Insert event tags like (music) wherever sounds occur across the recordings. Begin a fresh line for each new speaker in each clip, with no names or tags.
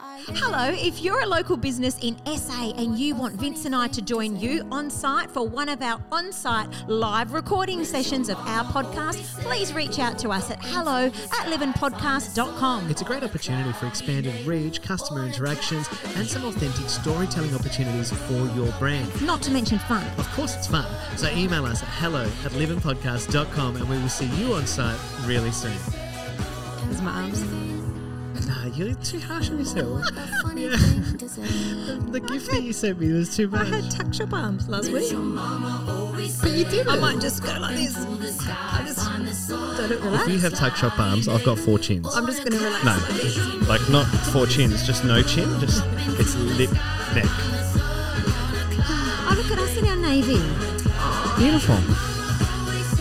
Hello, if you're a local business in SA and you want Vince and I to join you on site for one of our on site live recording sessions of our podcast, please reach out to us at hello at livinpodcast.com.
It's a great opportunity for expanded reach, customer interactions, and some authentic storytelling opportunities for your brand.
Not to mention fun.
Of course, it's fun. So email us at hello at livinpodcast.com and we will see you on site really soon.
There's my arms.
Nah, you're too harsh
(laughs)
on yourself. Yeah.
Yeah.
The gift that you sent me was too
I
much.
had tuck shop arms last week.
but you did
I might just go like this. I just don't
If you
relax.
have tuck shop arms, I've got four chins.
I'm just going to relax.
No,
like this.
like not four chins, just no chin, just it's lip neck.
Oh, look at us in our navy.
Beautiful.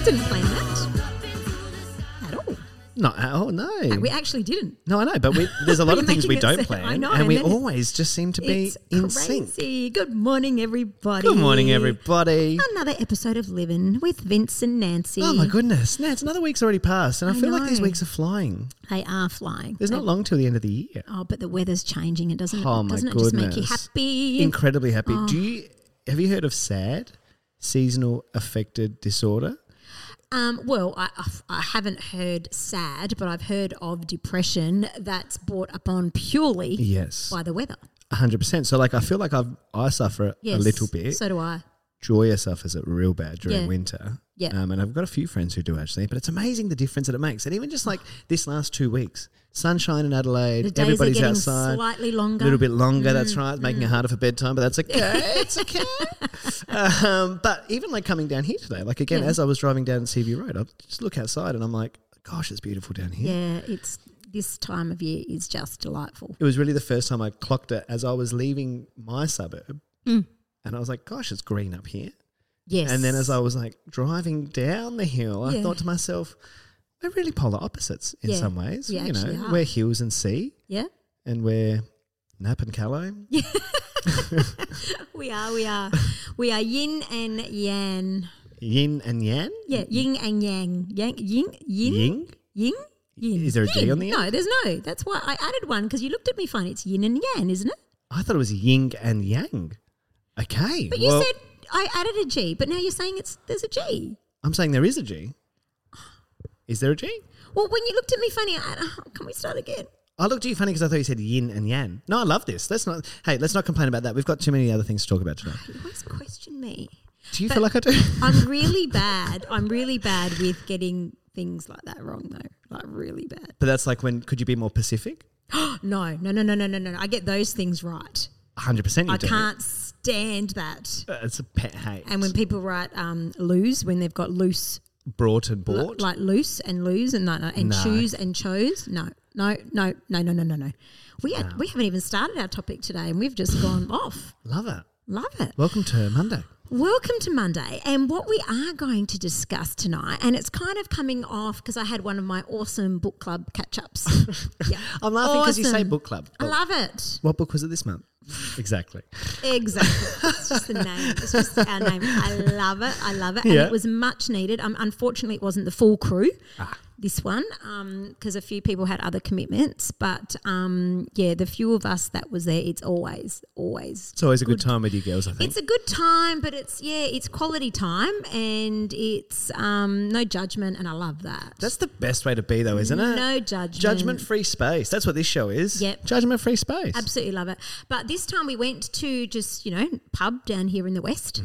Didn't plan that at all.
Not at all, no.
We actually didn't.
No, I know, but we,
(laughs)
there's a lot
You're
of things we
making it sound-
don't plan,
I know,
and
and
we
then-
always just seem to be
It's
in sync.
crazy. Good morning, everybody.
Good morning, everybody.
Another episode of Livin' with Vince and Nancy.
Oh my goodness, Nats, another week's already passed, and I,
I
feel like these
know.
weeks are flying.
They are flying.
There's not long till the end of the year.
Oh, but the weather's changing. It doesn't.
Oh my
Mm, doesn't it just make you
goodness.
happy? Oh.
Incredibly happy. Do you have you heard of SAD, seasonal affected disorder?
um, well, I, I, I haven't heard sad, but I've heard of depression that's brought upon purely
Yes,
by the weather.
hundred percent. So like, I feel like I've I suffer
Yes,
a little bit.
So do I.
Joya suffers it real bad during
Yeah.
winter.
Yeah.
Um, and I've got a few friends who do actually, but it's amazing the difference that it makes. And even just like this last two weeks, sunshine in Adelaide,
The days
everybody's
are getting Mm.
outside.
slightly
a
longer.
little bit longer, that's right. Making it harder for bedtime, but that's okay.
(laughs)
it's okay. Um, but even like coming down here today, like again,
Yeah.
as I was driving down CV Road, I just look outside and I'm like, gosh, it's beautiful down here.
Yeah, it's this time of year is just delightful.
It was really the first time I clocked it as I was leaving my suburb.
Mm.
And I was like, gosh, it's green up here.
Yes.
And then as I was like driving down the hill, I
Yeah.
thought to myself, we're really polar opposites in
Yeah,
some ways.
we
you know,
actually are.
we're hills and sea,
yeah,
and we're Nap and Callow.
we are. We are. we are yin and yang.
Yin and Yan.
Yeah, yin and yang. Yang, yin, yin,
Mm-hmm. Ying.
yin, yin.
Is there a J
Yin.
on the end?
No, there's no. That's why I added one because you looked at me funny. It's yin and yang, isn't it?
I thought it was Ying and Yang. Okay.
But you said I added a G, but now you're saying it's there's a G.
I'm saying there is a G. Is there a G?
Well, when you looked at me funny, I, oh, can we start again?
I looked at you funny because I thought you said yin and yan. No, I love this. Let's not. Hey, let's not complain about that. We've got too many other things to talk about tonight.
You always question me.
Do you feel like I do? (laughs)
I'm really (laughs) bad. I'm really bad with getting things like that wrong, though. Like really bad.
But that's like when. Could you be more Pacific?
No, no, no, no, no, no, no. I get those things right.
100. percent
I can't stand that.
It's a pet hate.
And when people write um, lose, when they've got loose
brought and
L-
bought.
like loose and lose and no, no, and
No.
choose and chose. No, no, no, no, no, no, no, no. We had, we haven't even started our topic today, and we've just gone off.
Love it.
Love it.
Welcome to Monday.
Welcome to Monday, and what we are going to discuss tonight, and it's kind of coming off because I had one of my awesome book club catch ups. yeah.
I'm laughing because you say
Awesome.
book club.
I love it.
what book was it this month? (laughs) exactly.
Exactly. it's just
(laughs)
the name. It's just our name. I love it. I love it. And
Yeah.
it was much needed. Um, unfortunately, it wasn't the full crew.
Ah.
This one, because a few people had other commitments, but um, yeah, the few of us that was there, it's always, always,
It's always a good, time with you girls, I think.
it's a good time. But it's yeah, it's quality time, and it's um, no judgment, and I love that.
That's the best way to be, though, isn't it?
no judgment.
Judgment free space. That's what this show is.
Yep.
Judgment free space.
Absolutely love it. But this time we went to just, you know, pub down here in the West.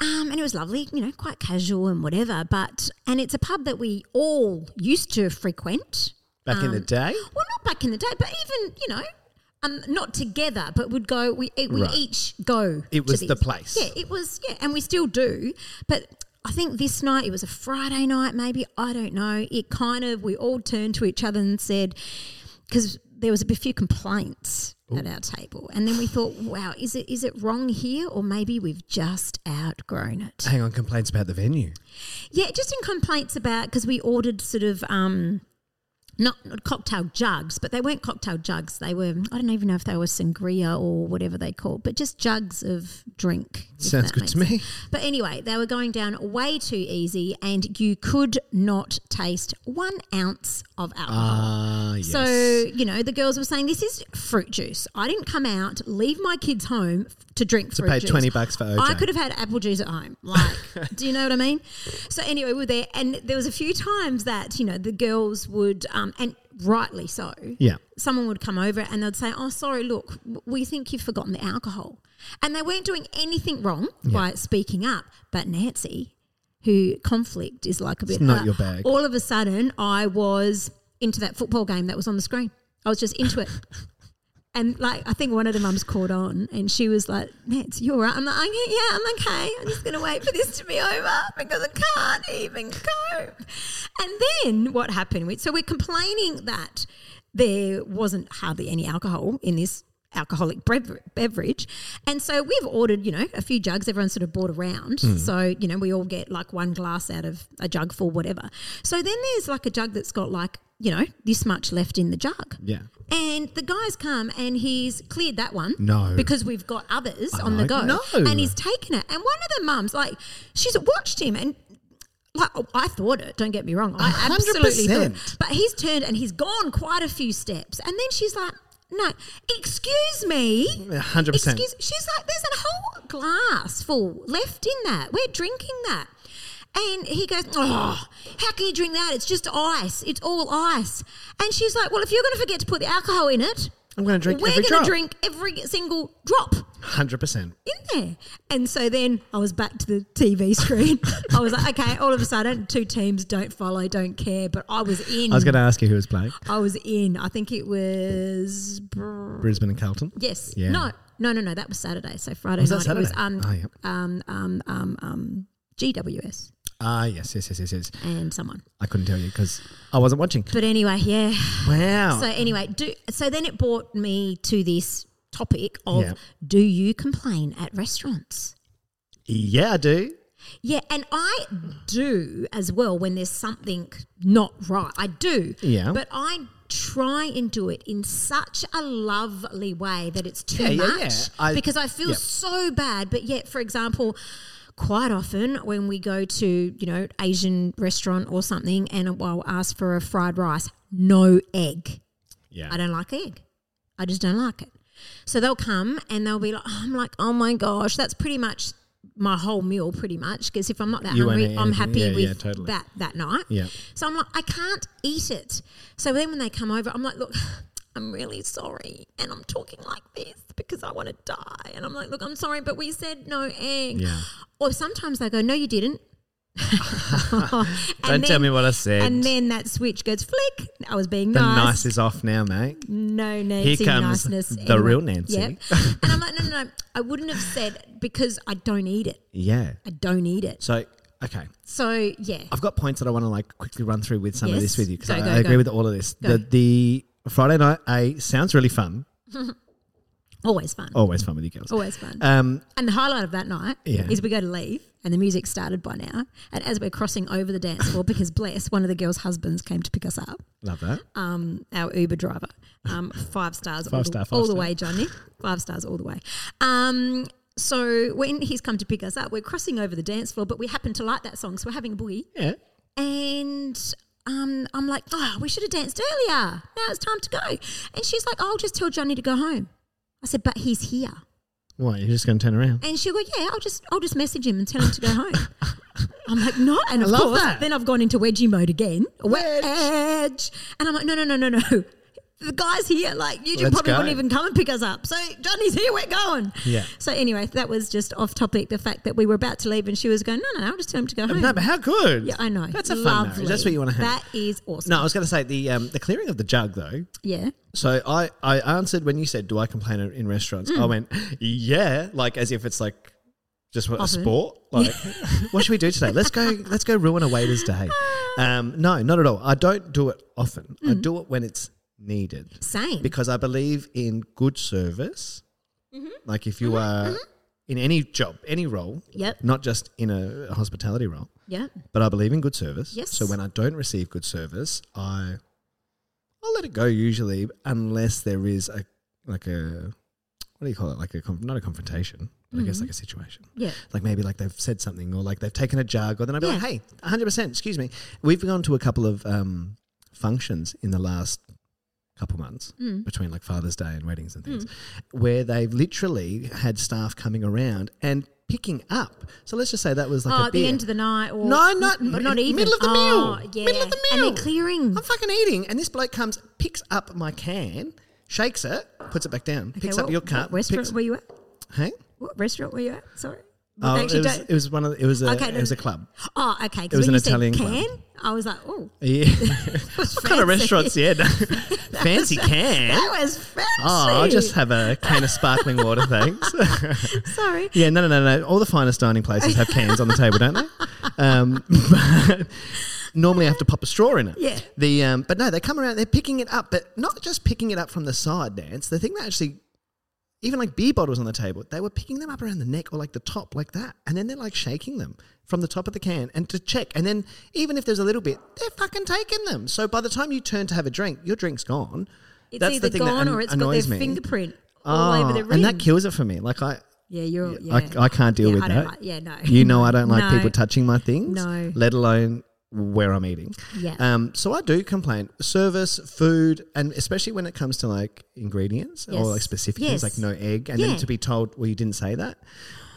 Um, and it was lovely, you know, quite casual and whatever. But, and it's a pub that we all used to frequent.
Back in the
um,
day.
Well, not back in the day, but even, you know, um, not together, but would go, we, eh, we
Right.
each go.
It
to
was the
these.
place.
Yeah, it was, yeah, and we still do. But I think this night, it was a Friday night, maybe, I don't know. It kind of, we all turned to each other and said, because there was a b- few complaints at our table. And then we thought, wow, is it is it wrong here? Or maybe we've just outgrown it.
Hang on, complaints about the venue.
Yeah, just in complaints about because we ordered sort of um, not not cocktail jugs, but they weren't cocktail jugs. They were I don't even know if they were sangria or whatever they called, but just jugs of drink. if
Sounds
that
good to
makes
me.
sense. But anyway, they were going down way too easy, and you could not taste one ounce of alcohol.
Ah, yes.
So, you know, the girls were saying, This is fruit juice. I didn't come out, leave my kids home f- to drink fruit
pay
juice.
20 bucks for OJ.
I could have had apple juice at home.
(laughs)
Like, do you know what I mean? So, anyway, we we're there. And there was a few times that, you know, the girls would, um, and rightly so,
yeah.
someone would come over and they'd say, Oh, sorry, look, w- we think you've forgotten the alcohol. And they weren't doing anything wrong by speaking up. But Nancy, who conflict is like a bit
not
uh,
your bag.
All of a sudden, I was into that football game that was on the screen. I was just into it. And like I think one of the mums caught on, and she was like, "Nancy, you're right." I'm like, I'm, "Yeah, I'm okay. I'm just gonna wait for this to be over because I can't even cope." And then what happened? We, so we're complaining that there wasn't hardly any alcohol in this alcoholic brev- beverage, and so we've ordered, you know, a few jugs. Everyone sort of brought around, so you know we all get like one glass out of a jug full, whatever. So then there's like a jug that's got like you know this much left in the jug.
Yeah.
And the guy's come and he's cleared that one.
No.
Because we've got others on the
like,
go.
no.
And he's taken it. And one of the mums, like, she's watched him and like oh, I thought it, don't get me wrong. I absolutely thought it.
100%.
But he's turned and he's gone quite a few steps. And then she's like, no, excuse me.
100%.
Excuse, she's like, there's a whole glass full left in that. We're drinking that. And he goes, oh, how can you drink that? It's just ice. It's all ice. And she's like, well, if you're going to forget to put the alcohol in it,
I'm going to drink
we're going
every
to
drop.
drink every single drop
100%.
in there. And so then I was back to the TV (laughs) screen. I was like, okay, all of a sudden, two teams don't follow, don't care. But I was in.
I was going to ask you who was playing.
I was in. I think it was Br-
Brisbane and Carlton.
yes.
Yeah.
No, no, no, no. That was Saturday. So Friday
Was that
night it was
Saturday?
um,
Oh, yeah.
um um um um GWS
Ah, yes, yes, yes, yes, yes.
and someone.
I couldn't tell you because I wasn't watching.
But anyway, yeah.
Wow.
(laughs) So anyway, do so then it brought me to this topic of
Yeah.
do you complain at restaurants?
yeah, I do.
Yeah, and I do as well when there's something not right. I do.
Yeah.
But I try and do it in such a lovely way that it's too
Yeah, yeah,
much
yeah. I-
because I feel
yeah.
so bad. But yet, for example, quite often when we go to, you know, Asian restaurant or something and I'll ask for a fried rice, no egg.
Yeah.
I don't like egg. I just don't like it. So they'll come and they'll be like, I'm like, oh my gosh, that's pretty much my whole meal, pretty much. Because if I'm not that
You won't
hungry,
eat
I'm
anything.
happy
Yeah, yeah,
with
totally.
that that night.
Yeah.
So I'm like, I can't eat it. So then when they come over, I'm like, look, (sighs) I'm really sorry, and I'm talking like this because I want to die. And I'm like, look, I'm sorry, but we said no egg.
Yeah.
Or sometimes they go, no, you
(laughs)
didn't. (laughs)
Don't tell me what I said.
And then that switch goes flick. I was being
the
nice
nice is off now, mate.
no Nancy
comes
niceness.
the real Nancy.
Yep. and I'm like, no, no, no. I wouldn't have said because I don't eat it.
Yeah.
I don't eat it.
So, okay.
So yeah,
I've got points that I want to like quickly run through with some of this
Yes.
with you because
Go,
I,
go,
I agree
go.
with all of this.
Go.
The, the Friday night A sounds really fun.
always fun.
Always fun with you girls.
Always fun.
Um,
and the highlight of that night
Yeah.
is we go to leave and the music started by now. And as we're crossing over the dance floor, because bless, one of the girls' husbands came to pick us up.
love that.
um, our Uber driver. Um, five stars all, the,
Five star, five
all the
star.
way, Johnny. Five stars all the way. Um, so when he's come to pick us up, we're crossing over the dance floor, but we happen to like that song, so we're having a boogie.
Yeah.
And um, I'm like, oh, we should have danced earlier. Now it's time to go. And she's like, I'll just tell Johnny to go home. I said, but he's here.
What? You're just going to turn around?
And she'll go, yeah, I'll just I'll just message him and tell him to go home. (laughs) I'm like, no, and of
love
course,
that.
then I've gone into wedgie mode again.
Wedge.
Wedge, and I'm like, no, no, no, no, no. The guy's here. Like you
Let's
probably
go.
wouldn't even come and pick us up. So Johnny's here. We're going.
Yeah.
So anyway, that was just off topic. The fact that we were about to leave, and she was going, no, no, no, I'll just tell him to go home.
No, but how good?
yeah, I know.
That's a fun
Lovely.
marriage. That's what you want to have.
That is awesome.
no, I was going to say the um, the clearing of the jug though.
Yeah.
So I, I answered when you said, "Do I complain in in restaurants?"
Mm.
I went, "Yeah," like as if it's like just what, a
Often.
sport. Like, what should we do today?
(laughs)
Let's go. Let's go ruin a waiter's day.
Ah.
Um, no, not at all. I don't do it often. I do it when it's needed
Mm. Same.
because I believe in good service.
Mm-hmm.
Like if you are in any job, any role,
Yep.
not just in a hospitality role,
yeah.
but I believe in good service.
Yes.
So when I don't receive good service, I I'll let it go usually, unless there is a like a what do you call it? Like a conf- not a confrontation, but I guess
Mm-hmm.
like a situation.
Yeah.
Like maybe like they've said something or like they've taken a jug, or then I'd be like,
Yeah.
hey, hundred percent. Excuse me. We've gone to a couple of um, functions in the last couple months
Mm.
between like Father's Day and weddings and things, where they've literally had staff coming around and picking up. So let's just say that was like
oh,
a
at the
beer.
end of the night, or
No, not-
but not even
middle of the
oh,
meal.
Yeah.
Middle of the
and
meal.
they're clearing.
I'm fucking eating. And this bloke comes, picks up my can, shakes it, puts it back down, picks
what,
up your
What
cup.
restaurant
picks-
were you at?
Hey?
What restaurant were you at? Sorry.
Oh,
They
it,
actually
was,
don't-
it was one of the, it was a
Okay,
it
no,
was a
no. (laughs)
club.
oh, okay.
it was
when
an
you said
Italian club.
can, I was like,
(laughs)
oh,
Yeah. what kind of restaurants? Yeah, no. (laughs) fancy
(laughs)
can.
that was fancy.
Oh, I'll just have a can of sparkling water, thanks. (laughs)
sorry.
yeah, no, no, no, no. All the finest dining places have cans on the table, don't they? Um, (laughs) but normally, I have to pop a straw in it.
Yeah.
The um, but no, they come around. They're picking it up, but not just picking it up from the side, Nance. The thing that actually, even like beer bottles on the table, they were picking them up around the neck or like the top, like that, and then they're like shaking them from the top of the can and to check. And then even if there's a little bit, they're fucking taking them. So by the time you turn to have a drink, your drink's gone.
It's
That's
either
the thing that
gone
an-
or it's got their
annoys me.
fingerprint all over
Oh,
the rim.
and that kills it for me. Like I,
yeah, you're. Yeah.
I, I can't deal
Yeah,
with
I don't
that.
like- yeah, no.
You know, I don't like
(laughs) No.
people touching my things,
No.
let alone where I'm eating.
Yeah.
Um, so I do complain. Service, food, and especially when it comes to like ingredients or
Yes.
like specific
Yes.
things like no egg, and
Yeah.
then to be told, well, you didn't say that.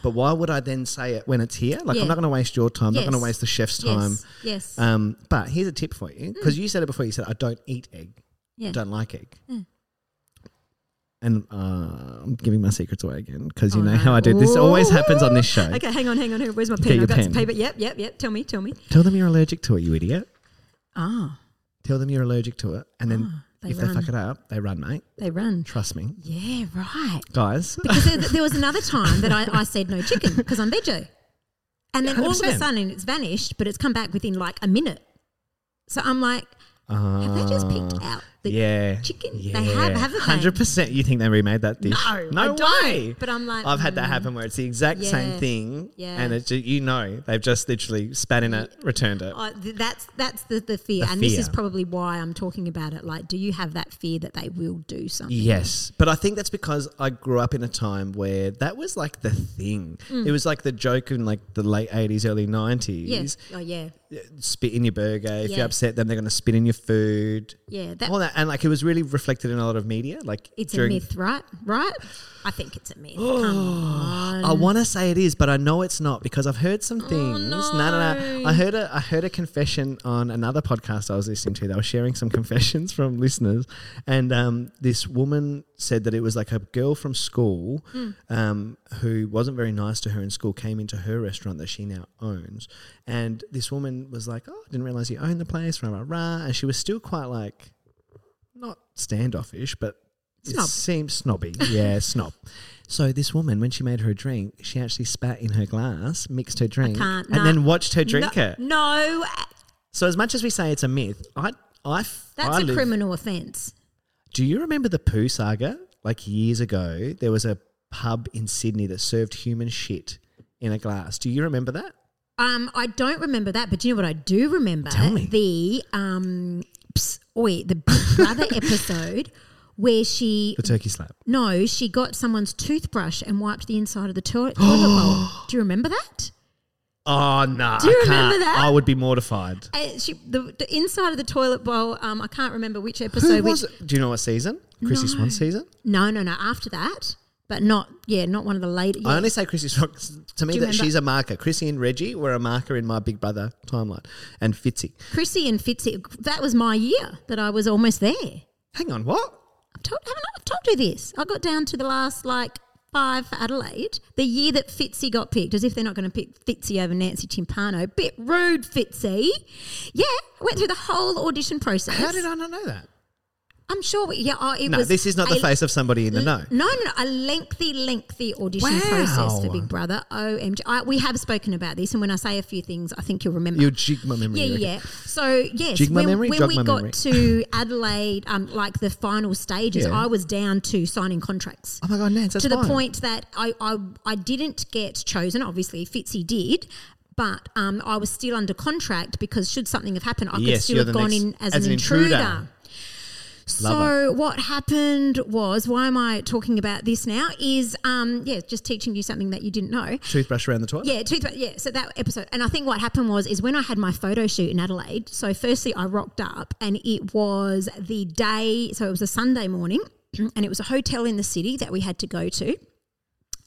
But why would I then say it when it's here? Like,
Yeah.
I'm not going to waste your time, not going
Yes.
to waste the chef's time.
yes. Yes.
Um, but here's a tip for you because you said it before. You said I don't eat egg.
Yeah. Mm.
Don't like egg. And uh, I'm giving my secrets away again because you
Oh,
know
no.
how I do. This always happens on this show.
Okay, hang on, hang on. hang on. Where's my
Get
pen?
your
I've got some
pen.
paper. Yep, yep, yep. Tell me, tell me.
Tell them you're allergic to it, you idiot.
Ah,
Tell them you're allergic to it, and then
Ah, they
if they fuck it up, they run, mate.
they run.
Trust me,
Yeah, right.
guys.
Because there, there was another time that I, I said no chicken because I'm veggie. And then all of a
100%.
sudden it's vanished, but it's come back within like a minute. So I'm like, have they just picked out the
Uh, Ah, yeah,
chicken? They have, haven't they?
Hundred percent. You think they remade that dish?
No, I
no
don't.
way.
But I'm like, mm.
I've had that happen where it's the exact
Yeah.
same thing,
Yeah.
and it's ju- you know they've just literally spat in it, returned it.
I- th- that's that's the, the fear,
The
and this is
fear.
probably why I'm talking about it. Like, do you have that fear that they will do something?
Yes, but I think that's because I grew up in a time where that was like the thing.
Mm.
It was like the joke in like the late eighties, early nineties.
Yes. Oh yeah.
Spit in your burger. If you
Yeah.
upset them, they're going to spit in your food.
Yeah. That,
All that, and like it was really reflected in a lot of media. Like
it's
during-
a myth, right? Right? I think it's
(gasps)
a myth. Come on.
I want to say it is, but I know it's not because I've heard some things. no, no,
no.
I heard a I heard a confession on another podcast I was listening to. They were sharing some (laughs) confessions from listeners, and um, this woman said that it was like a girl from school um, who wasn't very nice to her in school came into her restaurant that she now owns, and this woman was like, "Oh, I didn't realize you owned the place." Rah rah rah, and she was still quite like not standoffish, but
Snob.
(laughs) it seems snobby.
(laughs)
Yeah, snob. So this woman, when she made her drink, she actually spat in her glass, mixed her drink,
can't,
and
nah.
then watched her drink
no,
it.
No,
So as much as we say it's a myth, I, I, f-
that's
I
a
live-
criminal offence.
Do you remember the poo saga? Like years ago, there was a pub in Sydney that served human shit in a glass. Do you remember that?
Um, I don't remember that, but you know what I do remember?
Tell me.
The um, psst, oi, the Big
(laughs)
Brother episode where she
The turkey slap.
no, she got someone's toothbrush and wiped the inside of the toilet, toilet
(gasps)
bowl. Do you remember that?
Oh no!
Do you
I can't.
remember that?
I would be mortified.
Uh, she, the, the inside of the toilet bowl. Um, I can't remember which episode.
Who was
which,
it? Do you know what season? Chrissy
No.
Swan season.
No, no, no. After that, but not yeah, not one of the later.
I
Yeah,
only say Chrissy Swan to me
Do
that
you remember-
she's a marker. Chrissy and Reggie were a marker in my Big Brother timeline, and Fitzy.
Chrissy and Fitzy. That was my year that I was almost there.
Hang on, what?
I've told, haven't I I've told you this? I got down to the last like five for Adelaide, the year that Fitzy got picked, as if they're not going to pick Fitzy over Nancy Timpano. Bit rude, Fitzy. Yeah, went through the whole audition process.
How did I not know that?
I'm sure. We, yeah, oh, it
No,
was.
this is not
a-
the face of somebody in the know.
No, no, no. A lengthy, lengthy audition
Wow.
process for Big Brother. OMG. I, we have spoken about this, and when I say a few things, I think you'll remember.
You'll jig my memory.
Yeah,
okay.
yeah. So yes,
Jig my
when,
memory,
when
jog
we
my
got
memory. (laughs)
to Adelaide, um, like the final stages,
Yeah.
I was down to signing contracts.
Oh my god, Nance, that's
to the
fine.
point that I, I I didn't get chosen. Obviously, Fitzy did, but um, I was still under contract because should something have happened, I could
Yes,
still
you're
have
the
gone
next-
in as,
as
an
an
intruder.
intruder.
So what happened was, why am I talking about this now? Is um, yeah, just teaching you something that you didn't know.
Toothbrush around the toilet.
Yeah, toothbrush. Yeah, so that episode, and I think what happened was is when I had my photo shoot in Adelaide. So firstly, I rocked up, and it was the day. So it was a Sunday morning, (clears throat) and it was a hotel in the city that we had to go to.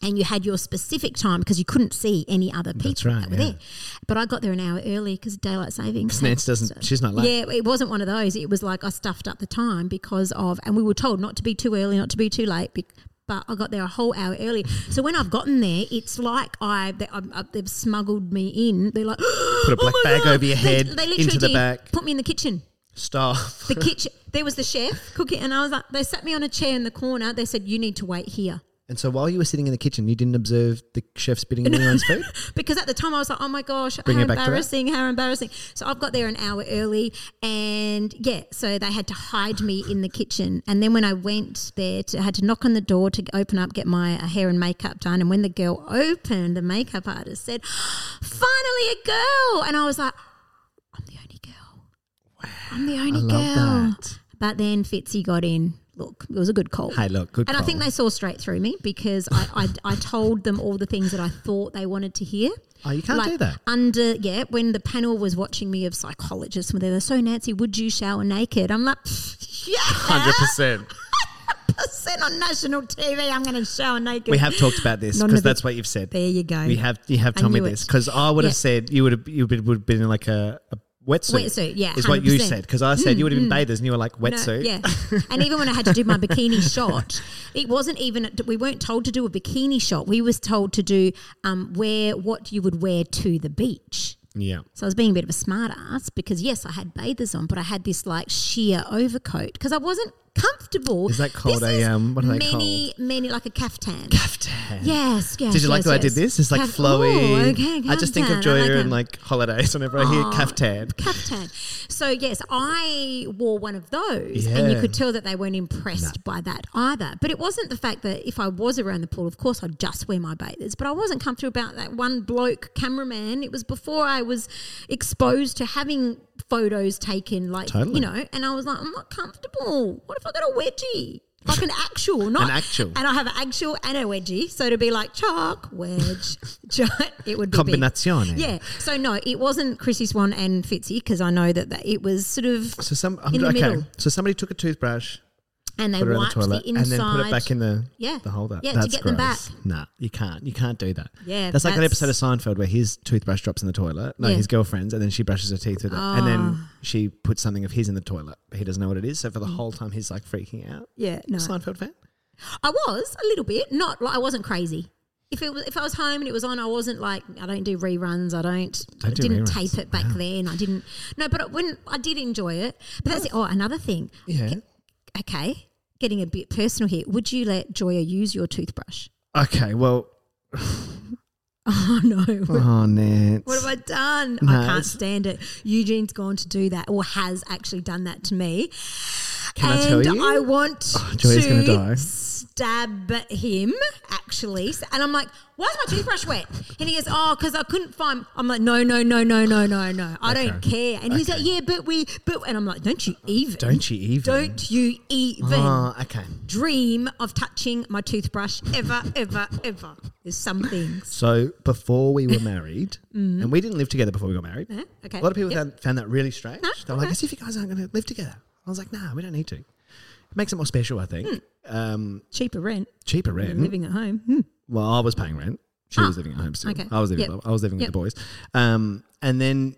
And you had your specific time because you couldn't see any other people
right,
that were
yeah.
there. But I got there an hour early because daylight savings.
Nance doesn't. She's not late.
Yeah, it wasn't one of those. It was like I stuffed up the time because of, and we were told not to be too early, not to be too late. Be, but I got there a whole hour early. So when I've gotten there, it's like I, they, I, I they've smuggled me in. They're like, (gasps)
Put a black
"Oh my
bag
God."
over your
They-
head,
they, literally
into the
did.
back.
Put me in the kitchen.
Stop. (laughs)
The kitchen. There was the chef cooking, and I was like, they sat me on a chair in the corner. They said, "You need to wait here."
And so while you were sitting in the kitchen, you didn't observe the chef spitting in
(laughs)
anyone's food.
because at the time I was like, oh my gosh,
Bring
how
it back to that.
embarrassing, how embarrassing. So I've got there an hour early, and yeah, so they had to hide me in the kitchen. And then when I went there, to, I had to knock on the door to open up, get my uh, hair and makeup done. And when the girl opened, the makeup artist said, finally a girl, and I was like, I'm the only girl. I'm the only
love
girl.
that.
But then Fitzy got in. Look, it was a good call.
Hey, look, good.
And I think
call.
they saw straight through me because I, I, I told them all the things that I thought they wanted to hear.
Oh, you can't do that.
Under, yeah, when the panel was watching me of psychologists, when they were so, Nancy, would you shower naked? I'm like, (laughs) "Pfft, yeah,
percent.
Ah! percent on national TV, I'm going to shower naked.
We have talked about this
None
because
of it.
that's what you've said.
there you go.
You have you have
I
told me
knew it.
this because I would have
Yeah.
said you would have you would have been in like a, a wetsuit.
Wetsuit, yeah,
is what you
100%.
said because I said you would have been bathers and you were like wetsuit.
mm, No, yeah. And even when I had to do my
(laughs)
bikini shot, it wasn't even, we weren't told to do a bikini shot. We was told to do um, wear what you would wear to the beach.
yeah.
So I was being a bit of a smart ass because yes, I had bathers on, but I had this like sheer overcoat because I wasn't comfortable.
Is that called
This
a,
is
um, what are they
many, Many, like a caftan.
Caftan.
Yes, yes.
Did you like
yes,
the way I did
yes.
this? It's like
Caf-
flowy.
Ooh, okay,
I just think of
caftan, I
Joya
like Oh,
and
that.
like holidays whenever I hear caftan.
Caftan. So yes, I wore one of those, and
Yeah.
you could tell that they weren't impressed by that either. But it wasn't the fact that if I was around the pool, of course I'd just wear my bathers. But I wasn't comfortable about that one bloke cameraman. It was before I was exposed to having photos taken, like
Totally.
you know. And I was like, I'm not comfortable. What if I got a wedgie? Like an actual, not
actual.
and I have an actual and a wedgie, so to be like chalk
(laughs)
wedge, gi- it would be big.
Combinazione.
Yeah. So no, it wasn't Chrissy Swan and Fitzy because I know that, that it was sort of
So some I'm,
In the
okay.
middle.
So somebody took a toothbrush,
and they
put it on the
wiped the,
toilet,
inside.
and then put it back in the
yeah.
the holder.
Yeah,
that's
to get them back.
gross. Nah, you can't. You can't do that.
Yeah,
that's, like that
that's-
episode of Seinfeld where his toothbrush drops in the toilet. No,
Yeah. Ah.
his girlfriend's, and then she brushes her teeth with it, and then she puts something of his in the toilet. But he doesn't know what it is. So for
Mm.
the whole time, he's like freaking out.
Yeah. No.
Seinfeld fan.
I was a little bit, not like I wasn't crazy. If it was, if I was home and it was on, I wasn't like I don't do reruns. I don't,
Don't do
didn't
reruns.
tape it back then. I didn't. No, but when I did enjoy it. But that's it. Oh, another thing.
Yeah.
Okay, getting a bit personal here. Would you let Joya use your toothbrush? (laughs)
Okay. Well.
Oh no.
Oh, Nance.
What have I done?
No,
I can't
it's-
stand it. Eugene has gone to do that or has actually done that to me.
Can
and
I tell you? Oh,
I want
Joey's gonna
to
die.
stab him, actually. And I'm like, why is my toothbrush wet? And he goes, oh, because I couldn't find. I'm like, no, no, no, no, no, no, no. I don't care. And he's like, yeah, but we, but, and I'm like, don't you even.
Don't you even?
Don't you even
Oh, okay.
dream of touching my toothbrush ever, ever, ever. There's some things.
So before we
(laughs)
were married,
Mm.
and we didn't live together before we got married.
Huh? Eh? Okay.
A lot of people
Yep.
found, found that really strange.
No,
They're like,
okay.
as if you guys aren't going to live together. I was like, nah, we don't need to. It makes it more special, I think. Um,
Cheaper rent,
cheaper rent.
Hmm. living at home. Hmm.
Well, I was paying rent. She
Ah,
was living at home still.
okay.
I was living.
Yep.
I was living
Yep.
with the boys. Um, and then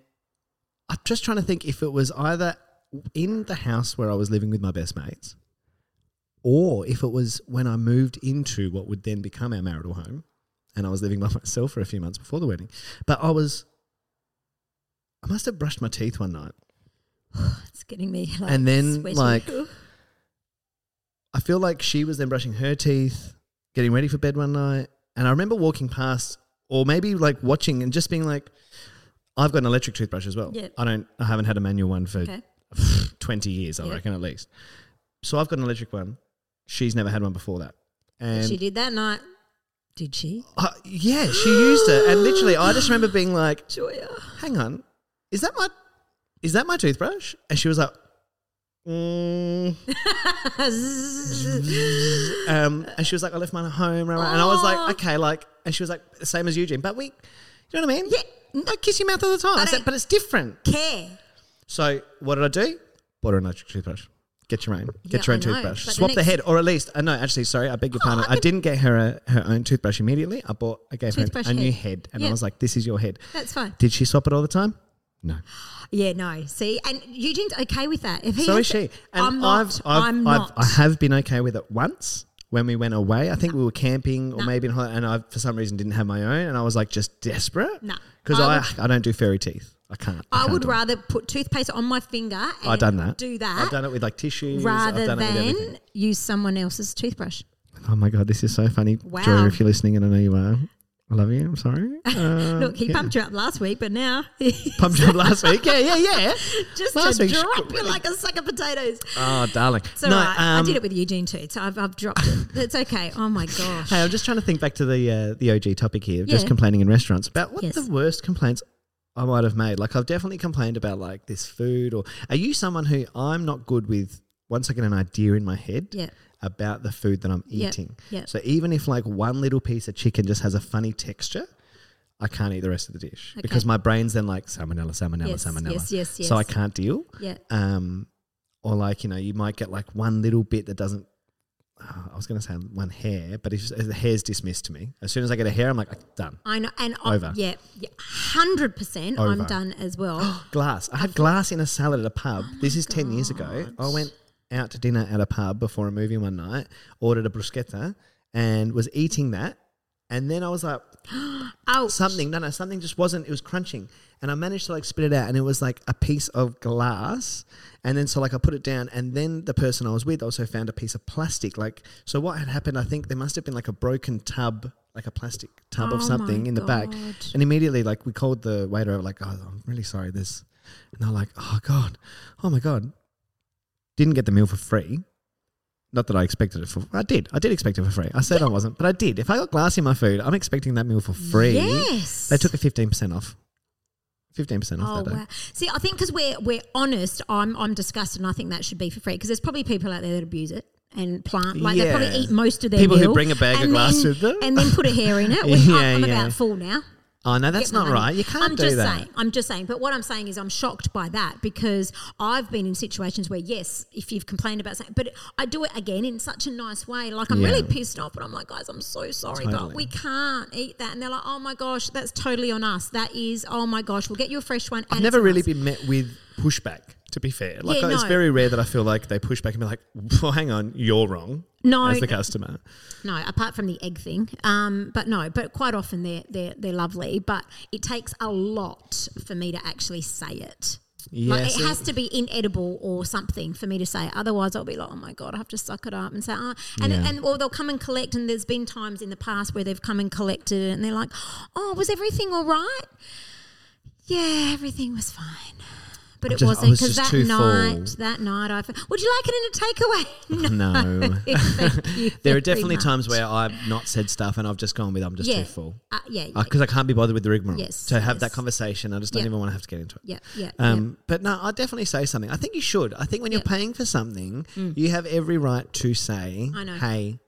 I'm just trying to think if it was either in the house where I was living with my best mates, or if it was when I moved into what would then become our marital home, and I was living by (laughs) myself for a few months before the wedding. But I was. I must have brushed my teeth one night.
It's getting me like,
And then,
sweaty.
like,
Ooh.
I feel like she was then brushing her teeth, getting ready for bed one night. And I remember walking past, or maybe like watching and just being like, I've got an electric toothbrush as well.
Yeah.
I don't, I haven't had a manual one for (sighs)
okay,
20 years, I
Yeah.
reckon at least. So I've got an electric one. She's never had one before that. And
she did that night. Did she,
Uh, yeah, she used it. And literally, I just remember being like,
Joya?
hang on, is that my, is that my toothbrush? And she was like, Mm. um, and she was like, I left mine at home. Rah, rah. And I was
Oh.
like, okay, like, and she was like, same as Eugene, but we, you know what I mean?
Yeah.
I kiss your mouth all the time. I
don't-
said, but it's
(laughs)
different.
Care.
So what did I do? Bought her an electric toothbrush. Get your own.
Yeah,
Get your own
I know,
toothbrush.
but the
Swap the,
next- Oh,
head, or at least, uh, no, actually, sorry, I beg your pardon. I, didn't get her a, her own toothbrush immediately. I bought, I gave
Toothbrush
her an- a new
head.
head, and I
Yeah.
was like, this is your head.
That's fine.
Did she swap it all the time? No.
Yeah, no. See, and Eugene's okay with that. If he
So
has
is she.
it- I'm not.
I've,
i am
I've-
not.
I have been okay with it once when we went away. I think we were camping or maybe in holiday, and I, for some reason, didn't have my own, and I was like just desperate.
No.
Because
I
I, I, don't do fairy teeth. I can't.
I
can't
would
do it.
rather put toothpaste on my finger and
I've done that.
do that
I've done it with like tissues. I've
rather
done it with everything.
than use someone else's toothbrush.
Oh my god, this is so funny,
Wow.
Drew. If you're listening, and I know you are, I love you. I'm sorry.
(laughs)
Uh,
Look, he pumped you up last week, but now (laughs) just
pumped you up last week. Yeah, yeah,
(laughs)
yeah. Last
to
week she-
drop you like a sack of potatoes.
Oh, darling. um,
It's all right. I did it with Eugene too, so I've, I've dropped it. It's okay. Oh
(laughs)
my gosh.
Hey, I'm just trying to think back to the uh, the OG topic here, of just
Yeah.
complaining in restaurants about what
Yes.
the worst complaints I might have made. Like I've definitely complained about like this food, or are you someone who I'm not good with? Once I get an idea in my head
Yeah.
about the food that I'm
Yeah,
eating,
yeah.
so even if like one little piece of chicken just has a funny texture. I can't eat the rest of the dish because
Okay.
my brain's then like salmonella, salmonella,
Yes, yes,
salmonella.
yes,
So I
yes.
can't deal
Yeah.
um, or like you know you might get like one little bit that doesn't. oh, I was going to say one hair, but if if the hair's dismissed to me, as soon as I get a hair, I'm like "Ah, done.
I know. And I-
Over.
yeah, yeah, 100%
Over.
I'm done as
(gasps)
well.
Glass. I had glass in a salad at a pub. this is ten years ago. I went out to dinner at a pub before a movie one night. Ordered a bruschetta and was eating that. And then I was like,
oh,
something, no, no, something just wasn't, it was crunching. And I managed to like spit it out and it was like a piece of glass. And then so like I put it down and then the person I was with also found a piece of plastic. Like, so what had happened, I think there must have been like a broken tub, like a plastic tub of
Oh
something
my
in the back.
God.
And immediately like we called the waiter over like, oh, I'm really sorry this. And they're like, oh God, oh my God. Didn't get the meal for free. Not that I expected it for. I did. I did expect it for free. I said I wasn't, but I did. If I got glass in my food, I'm expecting that meal for free.
Yes. Oh,
They took a fifteen percent off. Fifteen percent off that day.
See, I think because we're we're honest, I'm I'm disgusted, and I think that should be for free because there's probably people out there that abuse it and plant like they
Yeah.
probably eat most of their
People who
meal
bring a bag of
and
glass
then,
with them.
and then put a hair in it.
(laughs)
which
Yeah,
I'm, I'm
yeah.
about full now.
Oh no, that's
Get my
not
money.
right. You can't
I'm
do
just
that.
Saying, I'm just saying. But what I'm saying is, I'm shocked by that because I've been in situations where, yes, if you've complained about something, but I do it again in such a nice way. Like I'm
Yeah.
really pissed off, but I'm like, guys, I'm so sorry,
Totally.
but we can't eat that. And they're like, oh my gosh, that's totally on us. That is, oh my gosh, we'll get you a fresh one.
I've
and
never
it's on
really
us.
been met with pushback. To be fair, like
Yeah,
it's
no.
very rare that I feel like they push back and be like, (laughs) "Well, hang on, you're wrong."
No,
as the
no.
customer.
No, apart from the egg thing. Um, but no, but quite often they're, they're, they're lovely. But it takes a lot for me to actually say it.
Yeah,
like it
see-
has to be inedible or something for me to say. Otherwise, I'll be like, oh my God, I have to suck it up and say, oh. And,
Yeah.
and or they'll come and collect. And there's been times in the past where they've come and collected it and they're like, oh, was everything all right? Yeah, everything was fine. But it
just- I
wasn't
was
because
just
that
too
night,
full.
that night, I fe- would you like it in a takeaway? (laughs)
No,
Thank you
(laughs) there are
very
definitely
much.
times where I've not said stuff and I've just gone with, "I'm just
yeah.
too full,"
Uh, yeah, yeah,
because I can't be bothered with the rigmarole.
Yes,
to have that
yes.
conversation, I just don't
Yeah.
even want to have to get into it.
yeah, yeah, yeah.
Um, But no, I definitely say something. I think you should. I think when
Yep.
you're paying for something, you have every right to say,
Mm. I know.
"Hey,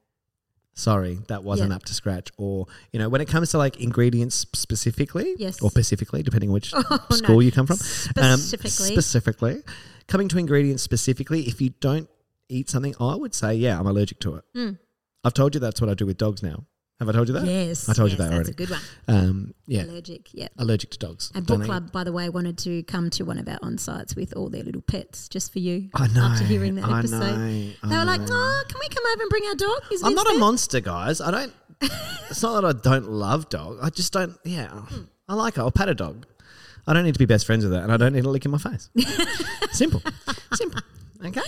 sorry, that wasn't
Yeah.
up to scratch." Or you know, when it comes to like ingredients specifically,
Yes. Oh,
or specifically,
(laughs)
depending which
no.
school you come from, um,
Specifically.
specifically, coming to ingredients specifically, if you don't eat something, I would say, "Yeah, I'm allergic to it."
Mm.
I've told you that's what I do with dogs now. Have I told you that?
Yes,
I told
yes,
you that
That's
already.
a good one.
Um, yeah,
Allergic, yeah.
allergic to dogs.
And
Don't
Book
eat-
Club, by the way, wanted to come to one of our on sites with all their little pets just for you.
I know.
After hearing that
I
episode,
know, I
they were like,
know.
"Oh, can we come over and bring our dog?" Is
I'm
Vince
not a
there?"
monster, guys. I don't. it's not that I don't love dog. I just don't. Yeah, I like it. I'll pat a dog. I don't need to be best friends with it, and I don't need a lick in
(laughs)
my face. Simple, simple. Okay.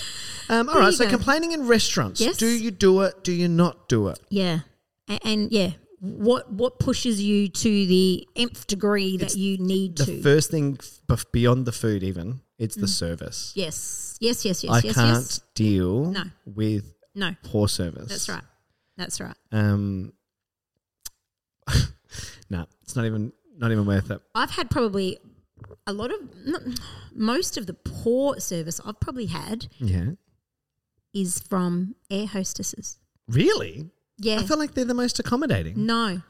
Um, all
There
right.
you
So
go.
complaining in restaurants.
Yes.
Do you do it? Do you not do it?
Yeah, and, and yeah, what what pushes you to the nth degree that you need
The
to?
first thing f- bef- beyond the food, even it's the service.
yes, yes, yes, yes,
I
yes,
can't
yes.
deal
No.
with
No,
poor service.
that's right. That's right.
Um, (laughs) no, it's not even not even worth it.
I've had probably a lot of n- most of the poor service I've probably had
Yeah.
is from air hostesses.
Really?
Yeah.
I feel like they're the most accommodating.
no.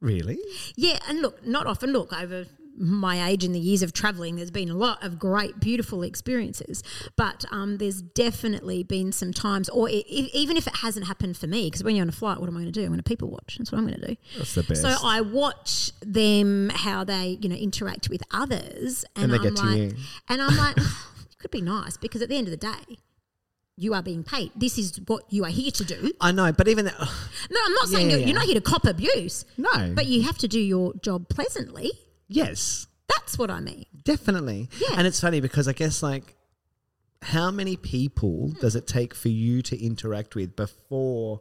Really?
Yeah, and look, not often. Look, over my age and the years of traveling, there's been a lot of great, beautiful experiences. But um, there's definitely been some times, or e- e- even if it hasn't happened for me, because when you're on a flight, what am I going to do? I'm going to people watch. That's what I'm going to do.
That's the best.
So I watch them how they you know interact with others, and,
And they
I'm
get to
like,
you.
and I'm
(laughs)
like, it could be nice because at the end of the day. You are being paid. This is what you are here to do.
I know, but even that,
No, I'm not saying
Yeah,
you're,
yeah.
you're not here to cop abuse,
no.
but you have to do your job pleasantly.
yes,
That's what I mean.
definitely.
Yeah.
And it's funny because I guess like, how many people does it take for you to interact with before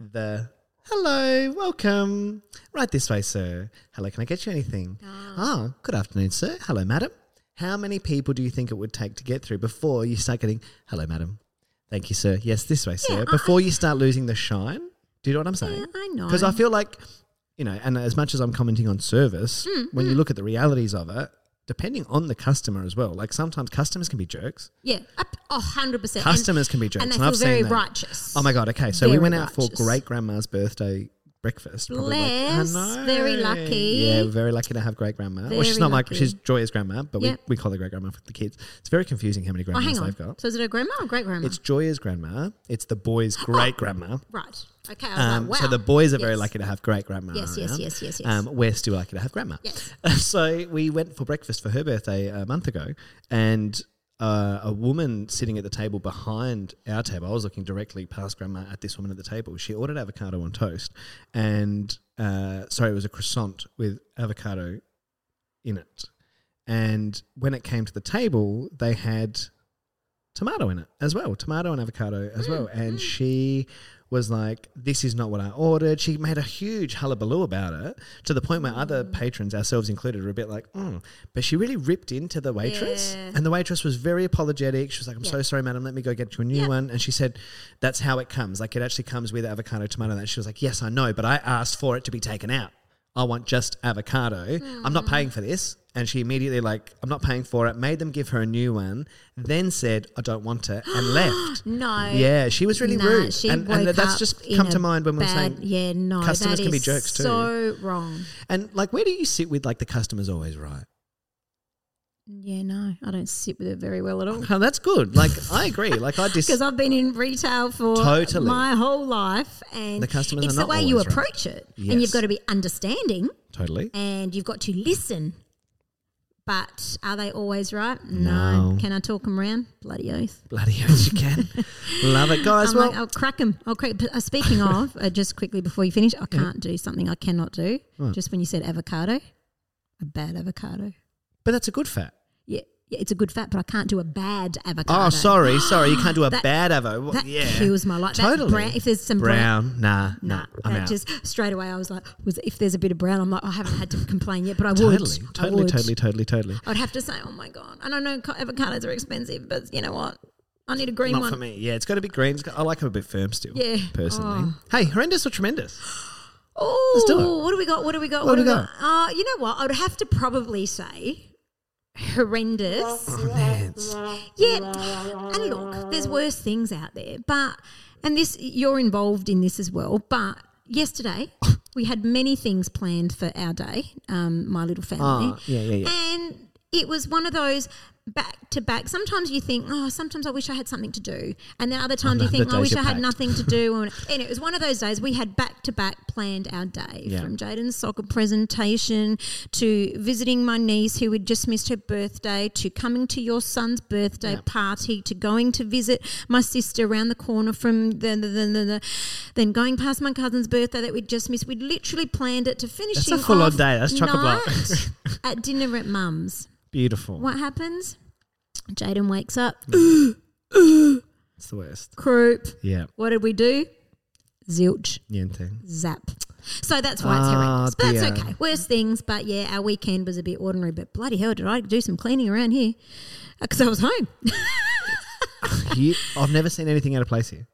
the hello, welcome, right this way, sir? Hello, can I get you anything? Ah, good afternoon, sir. Hello, madam. How many people do you think it would take to get through before you start getting hello, madam? Thank you, sir. Yes, this way, sir.
I-
before you start losing the shine. Do you know what I'm saying?
Yeah, I know.
Because I feel like, you know, and as much as I'm commenting on service,
Mm,
when you look at the realities of it, depending on the customer as well, like sometimes customers can be jerks.
Yeah, up- a hundred percent. And-
Customers can be jerks.
and they
and
feel
I've seen
very
that.
righteous.
Oh my God. Okay. So we
Very
went out for
righteous.
great grandma's birthday breakfast. probably like- I
Bless,
know.
very lucky.
Yeah. We're very lucky to have great grandma. well, she's
Very
not like,
lucky.
she's Joy's grandma, but
Yep.
we, we call her great grandma for the kids. It's very confusing how many
Oh,
grandmas
hang on. Oh.
they've got.
So is it a grandma or great grandma?
It's Joya's grandma. It's the
(gasps)
boy's great grandma.
right. Okay. I was
Um,
like, Oh, wow.
So the boys are very
Yes.
lucky to have great grandma.
Yes, yes,
around.
yes, yes, yes.
Um, we're still lucky to have grandma.
Yes.
(laughs) So we went for breakfast for her birthday a month ago, and uh, a woman sitting at the table behind our table. I was looking directly past grandma at this woman at the table. She ordered avocado on toast, and uh, sorry, it was a croissant with avocado in it. And when it came to the table, they had tomato in it as well, tomato and avocado as well. And she was like, "This is not what I ordered." She made a huge hullabaloo about it to the point where other patrons, ourselves included, were a bit like, mm. "But she really ripped into the waitress,
Yeah.
and the waitress was very apologetic. She was like, "I'm so sorry, madam. Let me go get you a new
Yeah.
one." And she said, "That's how it comes. Like it actually comes with avocado, tomato." And she was like, "Yes, I know, but I asked for it to be taken out." I want just avocado. I'm
Hmm.
not paying for this. And she immediately like, I'm not paying for it. Made them give her a new one. Then said, I don't want it,
(gasps)
and left.
No.
Yeah, she was really
Nah,
rude,
she
and, and
woke
that's
up
just
in
come to
a
mind when we're
bad-
saying.
yeah, no,
customers
that
can be
is
jerks too.
So wrong.
And like, where do you sit with like the customer's always right?
Yeah, no, I don't sit with it very well at all.
Oh, that's good. Like, I agree. Like,
(laughs)
I just
because I've been in retail for
Totally.
my whole life, and
The customers
it's
are
the
not
way you
always right.
approach it, and
Yes.
you've got to be understanding,
totally.
and you've got to listen. But are they always right?
No.
Can I talk them around? Bloody oath.
Bloody hell, you
(laughs)
can. Love it, guys.
I'm
well,
like, I'll crack them. I'll crack. but, uh, Speaking of, uh, just quickly before you finish, I can't do something I cannot do. Just when you said avocado, a bad avocado.
but that's a good fat.
Yeah, yeah, it's a good fat, but I can't do a bad avocado.
Oh, sorry, sorry. You can't do a
That-
bad avo.
That
yeah,
kills my life. That
Totally.
brown- if there's some brown,
brown. Nah, nah.
Nah,
I'm
that
out.
just straight away. I was like, was if there's a bit of brown, I'm like, I haven't had to complain yet, but I would,
totally,
I
totally,
would.
totally, totally, totally.
I'd have to say, oh my god, and I know co- avocados are expensive, but you know what? I need a green
Not
one.
for me. Yeah, it's got to be green. It's got- I like them a bit firm still.
Yeah.
personally. Hey, horrendous or tremendous?
(laughs) Oh,
do it.
what do we got? What do we got?
What do we
Uh, you know what? I'd have to probably say horrendous.
Lance.
Yeah, and look, there's worse things out there, but and this you're involved in this as well. But
(laughs)
yesterday we had many things planned for our day, um, my little family,
Ah, yeah, yeah, yeah.
and it was one of those back to back. Sometimes you think, oh, sometimes I wish I had something to do, and then other times
no,
you
the
think, I
days
wish I
you're
had
packed.
nothing to do. And, and it was one of those days we had back to back planned our day
Yeah.
from Jaden's soccer presentation to visiting my niece who had just missed her birthday to coming to your son's birthday party to going to visit my sister around the corner from the, the, the, the, the then going past my cousin's birthday that we'd just missed. We'd literally planned it to finishing
full-on
off
day. That's chock-a-block. (laughs)
night at dinner at mum's.
Beautiful.
What happens? Jaden wakes up.
It's the worst.
Croup.
Yeah.
What did we do? Zilch.
Niente.
(laughs) Zap. So that's why it's
Ah,
horrendous. But
dear.
that's okay. Worse things. But yeah, our weekend was a bit ordinary. But bloody hell, did I do some cleaning around here? Because I was home.
You- I've never seen anything out of place here.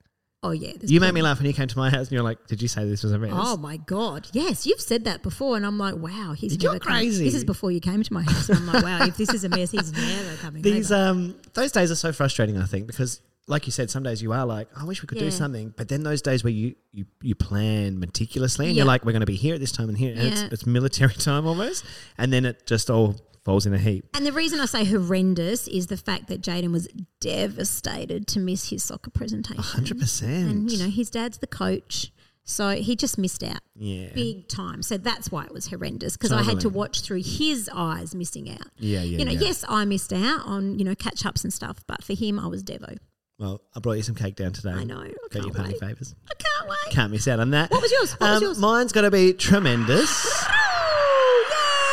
Oh yeah, there's
You
plenty.
made me laugh when you came to my house and you're like, "Did you say this was a mess?"
Oh my god! Yes, you've said that before, and I'm like, wow, he's
You're
never come-
crazy.
This is before you came to my house. and I'm like, wow, if this is a mess, he's never coming.
These
over.
um those days are so frustrating, I think, because like you said, some days you are like, I wish we could
Yeah.
do something, but then those days where you you, you plan meticulously and you're
Yeah.
like, we're going to be here at this time and here, and
Yeah.
it's, it's military (laughs) time almost, and then it just all falls in a heap.
and the reason I say horrendous is the fact that Jaden was devastated to miss his soccer presentation.
Hundred percent.
Mm-hmm. and you know his dad's the coach so he just missed out
yeah,
big time so that's why it was horrendous because i had to
Totally.
watch through his eyes missing out
yeah, yeah.
you know
yeah.
yes i missed out on you know catch ups and stuff but for him i was devo
Well, I brought you some cake down today.
i know i
Got your
can't
party
wait
favors.
i can't wait
Can't miss out on that. Um,
What was yours? What was yours?
Mine's got to be tremendous.
(gasps)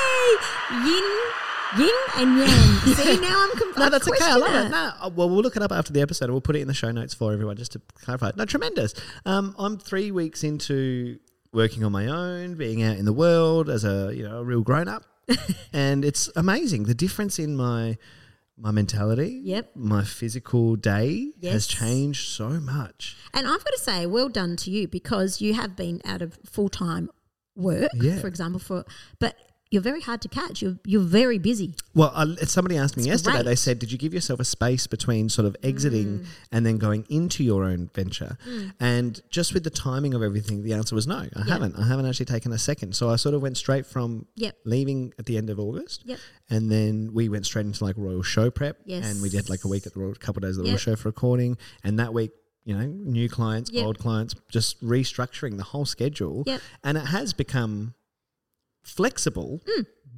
oh yay yin yin and
(laughs)
yang see now i'm com-
No, that's okay. I love
question
it. No, uh, well, we'll look it up after the episode. and We'll put it in the show notes for everyone just to clarify. No, tremendous. Um, I'm three weeks into working on my own, being out in the world as a you know a real
(laughs)
grown up, and it's amazing the difference in my my mentality.
Yep.
My physical day
Yes.
has changed so much.
And I've got to say, well done to you because you have been out of full time work,
Yeah.
for example, for but you're very hard to catch. You're you're very busy.
Well, I, somebody asked me
It's
yesterday. They
great. Mm.
said, "Did you give yourself a space between sort of exiting and then going into your own venture?" And just with the timing of everything, the answer was no. I haven't. I haven't actually taken a second. So I sort of went straight from
Yep.
leaving at the end of August,
Yep.
and then we went straight into like Royal Show prep.
Yes.
and we did like a week at the Royal, couple days of
Yep.
the Royal Show for recording, and that week. You know, new clients,
Yep.
old clients, just restructuring the whole schedule.
Yep.
And it has become flexible,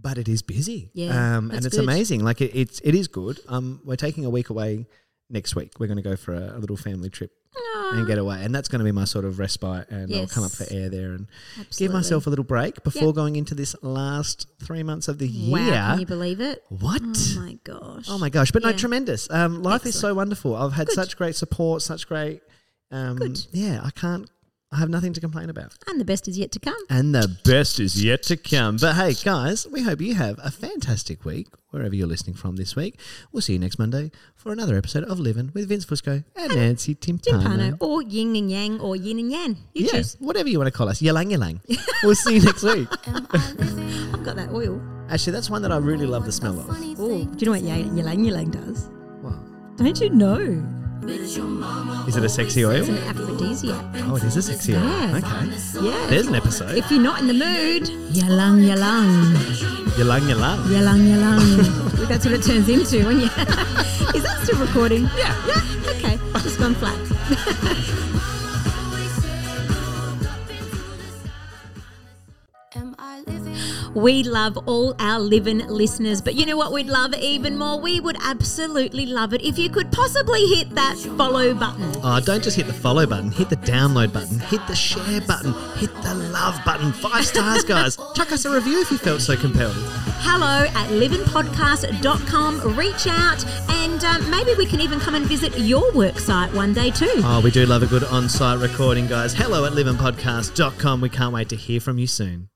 but it is busy.
Mm. Yeah,
um, and
that's
it's
good.
amazing. Like it, it's it is good. Um, we're taking a week away next week. We're going to go for a, a little family trip and get away, and that's going to be my sort of respite. And I'll come up for
Yes.
air there and give
Absolutely.
myself a little break before going into this last three months of the year.
Wow, can you believe it?
what?
Oh my gosh.
Oh my gosh! But no,
Yeah.
tremendous. Um, life is so
Excellent.
wonderful. I've had
Good.
such great support, such great. Um,
Good.
Yeah, I can't. I have nothing to complain about.
And the best is yet to come.
And the best is yet to come. But hey, guys, we hope you have a fantastic week wherever you're listening from this week. We'll see you next Monday for another episode of Living with Vince Fusco and Nancy
Timpano
Timpano.
or yin and yang or yin and yang. You
Yeah,
choose.
whatever you want to call us. Ylang
(laughs)
ylang. We'll see you next week. (laughs)
I've got that oil.
Actually, that's one that I really love the smell of.
Oh, do you know what yang ylang ylang does?
What?
Don't you know?
Is it a sexy
It's an
oil?
aphrodisiac.
Oh, it is a sexy oil. Okay.
Yes. Yeah.
There's an episode.
if you're not in the mood, ylang ylang.
Ylang ylang.
Yellang, (laughs) yellang. That's what it turns into when you. (laughs) Is that still recording? Yeah. Yeah. Okay. Just gone flat.
Am I living?
We love all our living listeners, but you know what we'd love even more? We would absolutely love it if you could possibly hit that follow button.
Oh, don't just hit the follow button, hit the download button, hit the share button, hit the love button. Five stars, guys. Chuck us a review if you felt so compelled.
Hello at livinpodcast.com. Reach out and um, maybe we can even come and visit your work site one day too.
Oh, we do love a good on site recording, guys. Hello at livinpodcast.com. We can't wait to hear from you soon.